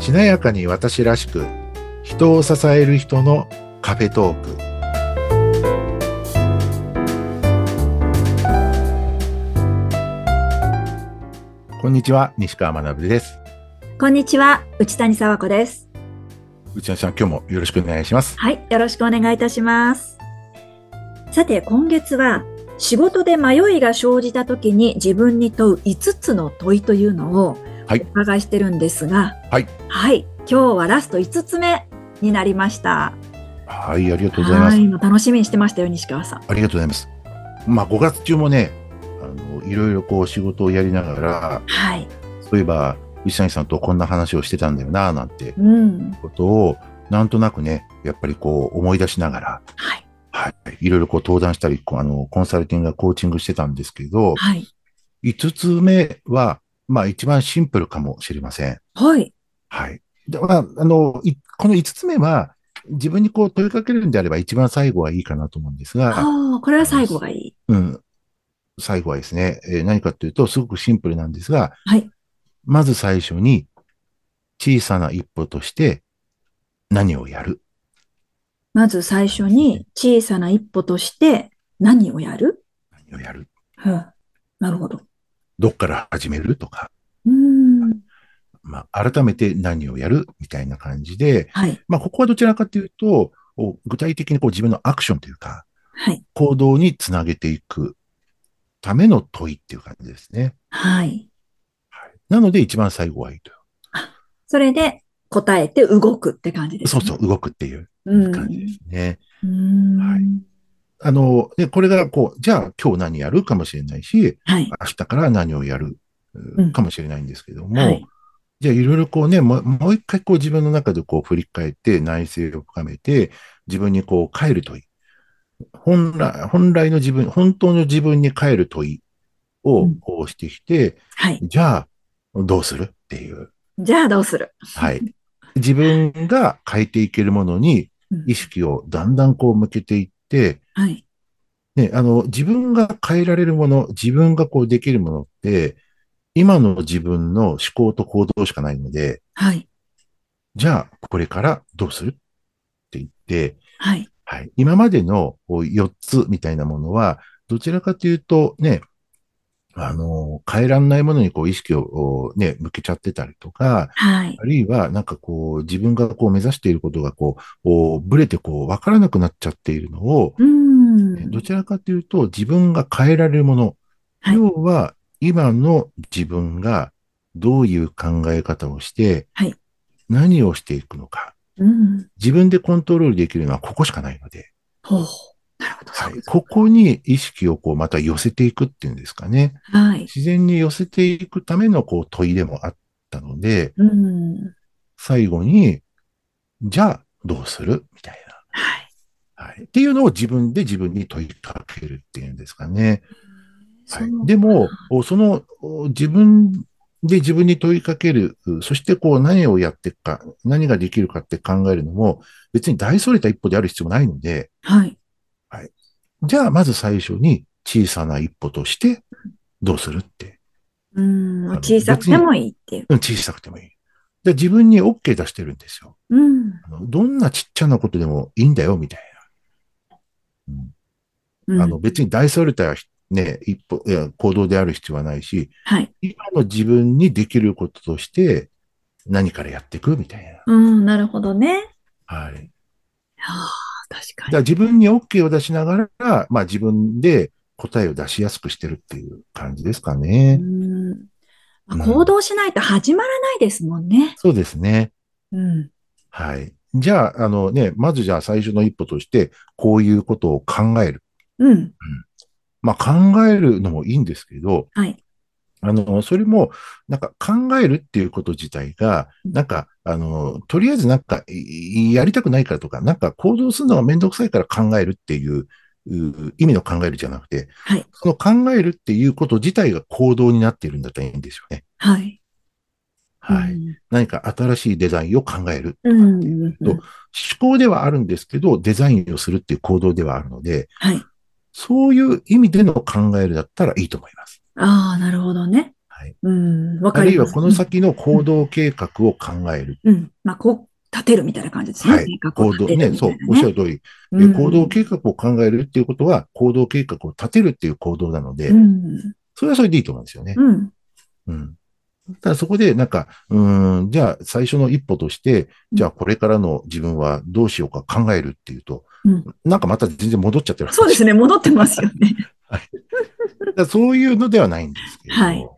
華やかに私らしく人を支える人のカフェトークこんにちは西川学ですこんにちは、内谷沢子です。内田さん今日もよろしくお願いしますはい、よろしくお願いいたします。さて、今月は、仕事で迷いが生じた時に自分に問う5つの問いというのをはいお伺いしてるんですが、はい。はい、今日はラスト5つ目になりました。はいありがとうございますはい、もう楽しみにしてましたよ、西川さん。ありがとうございますまあ5月中もねあのいろいろこう仕事をやりながらはい。そういえば内谷さんとこんな話をしてたんだよななんてうん。ことをなんとなくねやっぱりこう思い出しながらはい。はい。いろいろこう登壇したり、こうあの、コンサルティングやコーチングしてたんですけど、はい。 5つ目は、まあ一番シンプルかもしれません。はい。はい。で、まあ、あの、いこの5つ目は、自分にこう問いかけるんであれば一番最後はいいかなと思うんですが、ああ、これは最後がいい。うん。最後はですね、えー何かというと、すごくシンプルなんですが、はい。まず最初に、小さな一歩として、何をやるまず最初に小さな一歩として何をやる何をやるうん。なるほど。どっから始めるとか、うん。まあ、改めて何をやるみたいな感じで、はい。まあ、ここはどちらかというと、お具体的にこう自分のアクションというか、はい。行動につなげていくための問いっていう感じですね。はい。なので、一番最後はいいと。それで答えて動くって感じですそうね。そう、動くっていううん。感じですね。うん。ははいい。あの、で、これがこう、じゃあ今日何やるかもしれないし、明日から何をやるううんかもしれないんですけども、はい。じゃあいろいろこうね、もうもう一回こう自分の中でこう振り返って内省を深めて、自分にこう帰る問い。本来、本来の自分、本当の自分に帰る問いをうんこうしてきて、はい。じゃあどうするっていう。じゃあどうするはい。 自分が変えていけるものにうん意識をだんだんこう向けていって、はい。ね、あの、自分が変えられるもの、自分がこうできるものって、今の自分の思考と行動しかないので、はい。じゃあ、これからどうするって言って、はい。はい、今までの4つみたいなものは、どちらかというとね、あの、変えらんないものにこう意識をね、向けちゃってたりとか、はい。あるいはなんかこう自分がこう目指していることがこう、おぶれてこうわからなくなっちゃっているのを、うん。どちらかというと自分が変えられるもの、はい要は今の自分がどういう考え方をしてはい、何をしていくのか、うん。自分でコントロールできるのはここしかないので、ほう。なるほど。そはうい、ここに意識をこうまた寄せていくっていうんですかね。はい。自然に寄せていくためのこう問いでもあったので、うん。最後に、じゃあどうするみたいはい。な、はい。っていうのを自分で自分に問いかけるっていうんですかね。はそうい、でも、おそのお自分で自分に問いかける、うそしてこう何をやっていくか、何ができるかって考えるのも、別に大それた一歩である必要もないので、はい。じゃあ、まず最初に小さな一歩として、どうするって。うん。あの小さくてもいいっていう。うん、小さくてもいい。で自分に OK 出してるんですようん。あの。どんなちっちゃなことでもいいんだよ、みたいな。ううんんあの別に大それた、ね、一歩いや行動である必要はないし、はい。今の自分にできることとして、何からやっていくみたいな。うん。なるほどね。はい。ああ、確かだにから。自分に OK を出しながら、まあ自分で答えを出しやすくしてるっていう感じですかね。うんまあうん行動しないと始まらないですもんね。そうですね。うん。はい。じゃあ、あのね、まずじゃあ最初の一歩として、こういうことを考える。うん。まあ考えるのもいいんですけど、はい。あの、それも、なんか考えるっていうこと自体が、なんか、あの、とりあえずなんか、いやりたくないからとか、なんか行動するのがめんどくさいから考えるっていう、う意味の考えるじゃなくて、はい。その考えるっていうこと自体が行動になっているんだったらいいんですよね。はい。はい。うん何か新しいデザインを考える。うん。うんうんと思考ではあるんですけど、デザインをするっていう行動ではあるので、はい。そういう意味での考えるだったらいいと思います。ああ、なるほどね。はい。うん、わあかるりいまはす。この先の行動計画を考える。うん。まあ、こう、立てるみたいな感じですね。はい計。画行を立動てるね、みたそいうな、おっしゃる通り。うでん行動計画を考えるっていうことは、行動計画を立てるっていう行動なのでう、ん。それはそれでいいと思うんですよね。うん。うん。ただそこで、なんか、うーん、じゃあ最初の一歩として、じゃあこれからの自分はどうしようか考えるっていうと、うんなんかまた全然戻っちゃってる。そうですね。戻ってます よね。だからそういうのではないんですけれど。はい。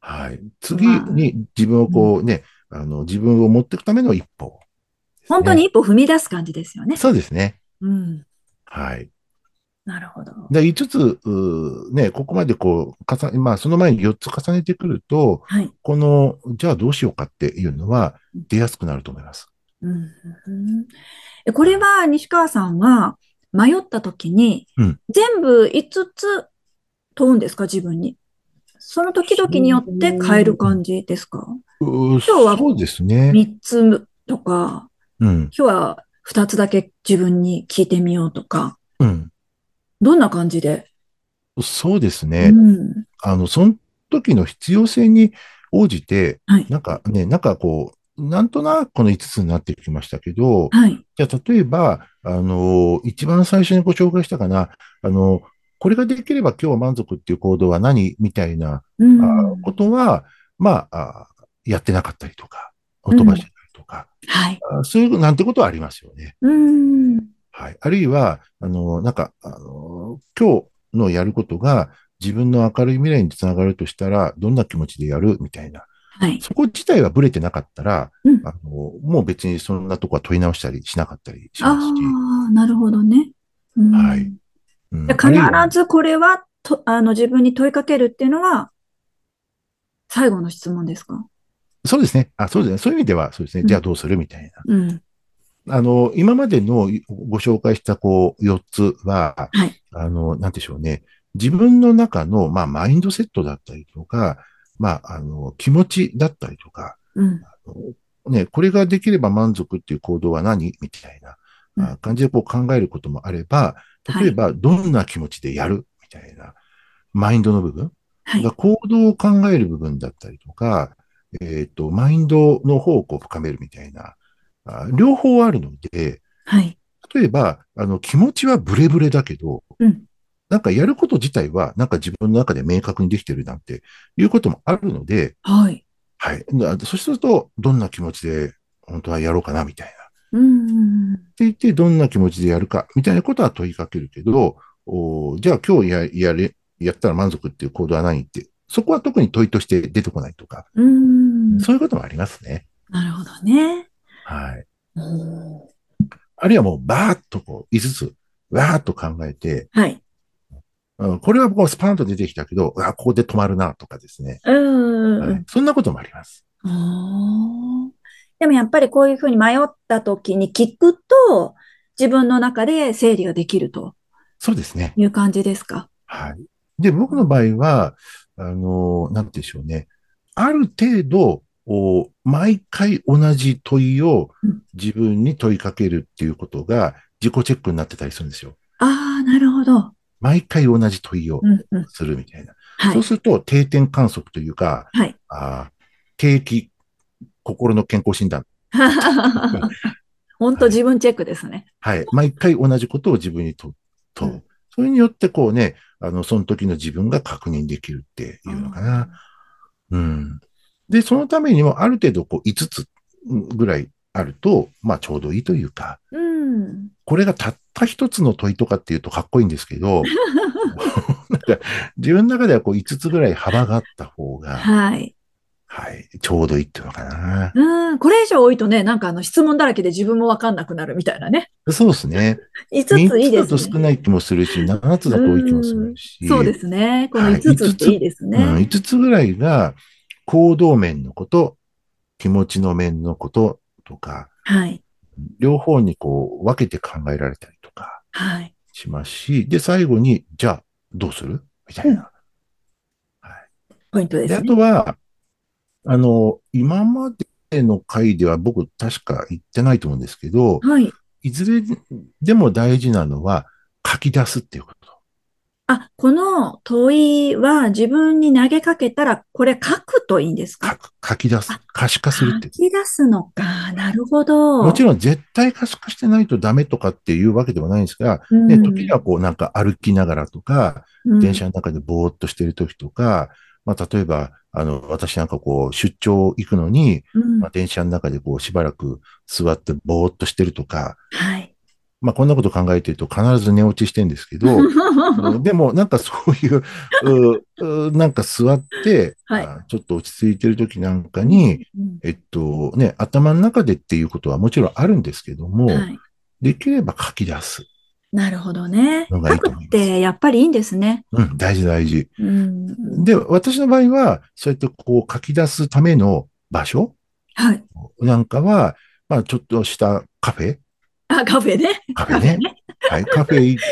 はい。次に自分をこうね、あの、自分を持っていくための一歩。本当に一歩踏み出す感じですよね。そうですね。うん。はい。なるほど。で、5つ、うーね、ここまでこう、重ね、まあ、その前に4つ重ねてくると、はい。この、じゃあどうしようかっていうのはうん出やすくなると思います。うんえこれは西川さんは迷った時にうん全部5つ問うんですか自分に。その時々によって変える感じですか今日はそうですね。 ?3 つとか、うん。今日は2つだけ自分に聞いてみようとか、うん。どんな感じでそうですうね。ん。あの、その時の必要性に応じて、はいなんかね、なんかこう、なんとなくこの5つになってきましたけど、はい。じゃあ例えば、あの、一番最初にご紹介したかな、あの、これができれば今日は満足っていう行動は何みたいなうん。あことは、まああ、やってなかったりとか、お飛ばしてたりとか、はい。あそういうなんてことはありますよね。うん。はい。あるいは、あの、なんか、あの、今日のやることが自分の明るい未来につながるとしたら、どんな気持ちでやるみたいな。はい。そこ自体はブレてなかったら、うんあの、もう別にそんなとこは問い直したりしなかったりしますし。ああ、なるほどね。うんはいうんで必ずこれはと、あの、自分に問いかけるっていうのは、最後の質問ですかそうですね。あ、そうですね。そういう意味では、そうですね。うんじゃあどうするみたいうん。な。あの、今までのご紹介した、こう、4つは、はいあの、なんでしょうね。自分の中の、まあ、マインドセットだったりとか、まあ、あの、気持ちだったりとか、うん。あのね、これができれば満足っていう行動は何みたいなうんあ感じでこう考えることもあれば、はい例えば、どんな気持ちでやるみたいな、マインドの部分はいだ。から行動を考える部分だったりとか、えっ、と、マインドの方をこう深めるみたいな、あ両方あるので、はい。例えば、あの、気持ちはブレブレだけど、うん。なんかやること自体は、なんか自分の中で明確にできてるなんていうこともあるので、はい。はい。なそうすると、どんな気持ちで本当はやろうかな、みたいな。うん。って言って、どんな気持ちでやるか、みたいなことは問いかけるけど、おーじゃあ今日や、やれ、やったら満足っていう行動は何って、そこは特に問いとして出てこないとか、うん。そういうこともありますね。なるほどね。はい。うんあるいはもう、ばーっとこう、5つ、わーっと考えて、はい。うんこれはこう、スパーンと出てきたけど、あ、ここで止まるな、とかですね。うんはい。そんなこともあります。あーでもやっぱりこういうふうに迷った時に聞くと、自分の中で整理ができるとそうですね。いう感じですかはい。で、僕の場合は、あの、なんて言うんでしょうね。ある程度、お毎回同じ問いをうん自分に問いかけるっていうことが自己チェックになってたりするんですよ。ああ、なるほど。毎回同じ問いをうんうん。するみたいな。はそ。いうすると定点観測というか、 はいあー定期心の健康診断。本当自分チェックですね。はい。毎回同じことを自分にと、と、うんそれによってこうね、あの、その時の自分が確認できるっていうのかな。うん。で、そのためにもある程度こう5つぐらいあると、まあちょうどいいというか、うん。これがたった一つの問いとかっていうとかっこいいんですけど、なんか自分の中ではこう5つぐらい幅があった方が、はい。はい、ちょうどいいっていうのかな。うん。これ以上多いとね、なんかあの質問だらけで自分もわかんなくなるみたいなね。そうですね。 5ついいでだすと少ね。ない気もするし、7つだと多い気もするし、そうですね。このはい5つっていいですね。うん、5つぐらいが行動面のこと、気持ちの面のこととか、はい。両方にこう分けて考えられたりとかはい。しますし、で、最後に、じゃあどうするみたいな。ポイントで、ですあね。とは、あの、今までの回では僕確か言ってないと思うんですけど、はい。いずれでも大事なのは書き出すっていうこと。あ、この問いは自分に投げかけたら、これ書くといいんです書かく、書き出すあ。可視化する書って。き出すのか。なるほど。もちろん絶対可視化してないとダメとかっていうわけではないんですが、ろんね、時にはこうなんか歩きながらとか、電車の中でぼーっとしてる時とか、まあ例えば、あの、私なんかこう出張行くのに、うんまあ、電車の中でこうしばらく座ってぼーっとしてるとか、はい。まあこんなこと考えてると必ず寝落ちしてんですけ ど、うんでも、なんかそういう、ううなんか座って、はいあちょっと落ち着いてる時なんかに、 うんえっとね、頭の中でっていうことはもちろんあるんですけども、はい。できれば書き出す。なるほどね。の書がいいとく思いますってやっぱりいいんですね。うん、大事大事。うん。で、私の場合は、そうやってこう書き出すための場所はい。なんかは、まあちょっとしたカフェあ、カフェね。カフェ ね。はい、カフェ行っ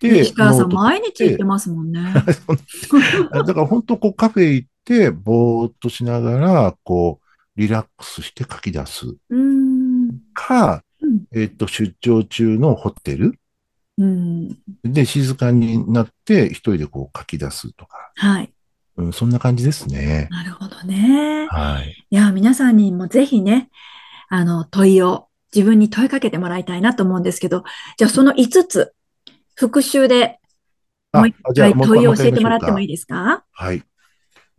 て、西川さんノート毎日行ってますもんね。 あ だから本当こうカフェ行って、ぼーっとしながら、こう、リラックスして書き出すうん。か、うんえっと、出張中のホテルうん。で静かになって一人でこう書き出すとか、はい。うん、そんな感じですね。なるほどね。はい。いや、皆さんにもぜひね、あの、問いを、自分に問いかけてもらいたいなと思うんですけど、じゃあその5つ、復習で、もう一あ回問いを教えてもらうっ一てもい回いですかはい。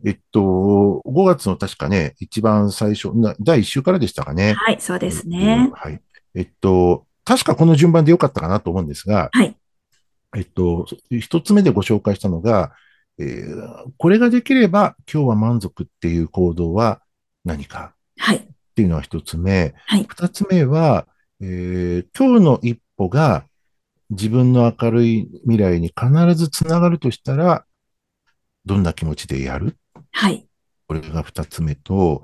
えっと、5月の確かね、一番最初、な第1週からでしたかね。はい、そうですね。はい。えっと、確かこの順番でよかったかなと思うんですが、はい。えっと、一つ目でご紹介したのが、えーこれができれば今日は満足っていう行動は何かはい。っていうのは一つ目。はい二つ目は、えー今日の一歩が自分の明るい未来に必ずつながるとしたら、どんな気持ちでやるはい。これが二つ目と、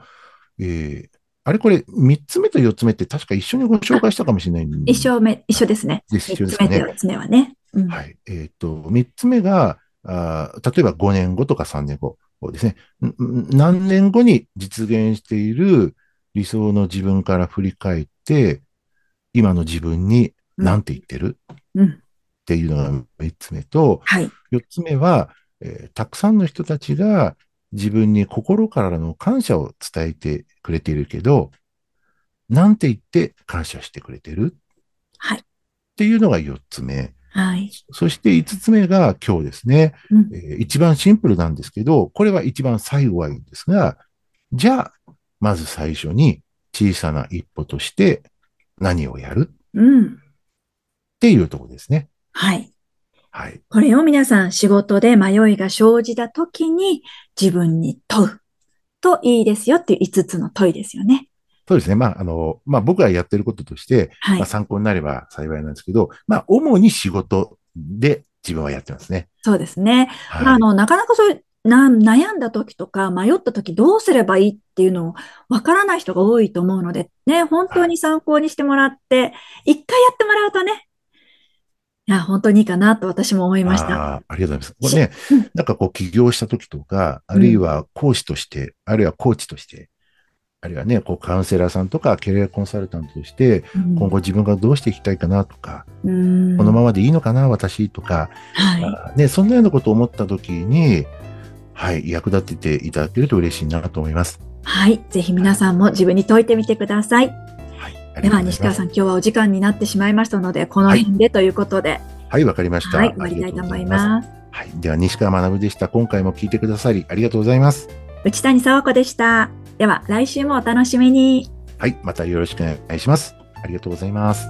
えーあれこれ三つ目と四つ目って確か一緒にご紹介したかもしれないんで一緒め、一緒ですね。です一一緒でつす目ねと四つ目はね。うんはい。えっ、と、3つ目が、あー例えば5年後とか3年後ですね。んん何年後に実現している理想の自分から振り返って、今の自分に何て言ってるっうん。ていうのが3つ目と、はい。 4つ目は、えーたくさんの人たちが自分に心からの感謝を伝えてくれているけど、何て言って感謝してくれてるはいっていうのが4つ目。はい。そして5つ目が今日ですね。うんえー一番シンプルなんですけど、これは一番最後はいいんですが、じゃあ、まず最初に小さな一歩として何をやるっうん。ていうところですね。はい。はい。これを皆さん仕事で迷いが生じた時に自分に問うといいですよっていう5つの問いですよね。そうですね。まあ、あの、まあ僕がやってることとして、はいまあ、。参考になれば幸いなんですけど、まあ主に仕事で自分はやってますね。そうですね。まあはあい。の、なかなかそういうな悩んだ時とか迷った時どうすればいいっていうのをわからない人が多いと思うので、ね、本当に参考にしてもらって、一回やってもらうとね、いや、本当にいいかなと私も思いました。あーありがとうございます。これね、なんかこう起業した時とか、あるいは講師として、あるいはコーチとして、あるいはね、こうカウンセラーさんとかキャリアコンサルタントとして、うん今後自分がどうしていきたいかなとか、うんこのままでいいのかな、私とか、はい。あね、そんなようなことを思った時に、はい、役立てていただけると嬉しいなと思います。はい。ぜひ皆さんも自分に解いてみてください。はい、ありがでとは、うご西ざいま川すさん、今日はお時間になってしまいましたので、この辺でということで、はい、わかりました。はい、終わりたいと思いありがとうございまます。す。はい、では西川学でした。今回も聞いてくださりありがとうございます。内谷沙和子でした。では、来週もお楽しみに。はい、またよろしくお願いします。ありがとうございます。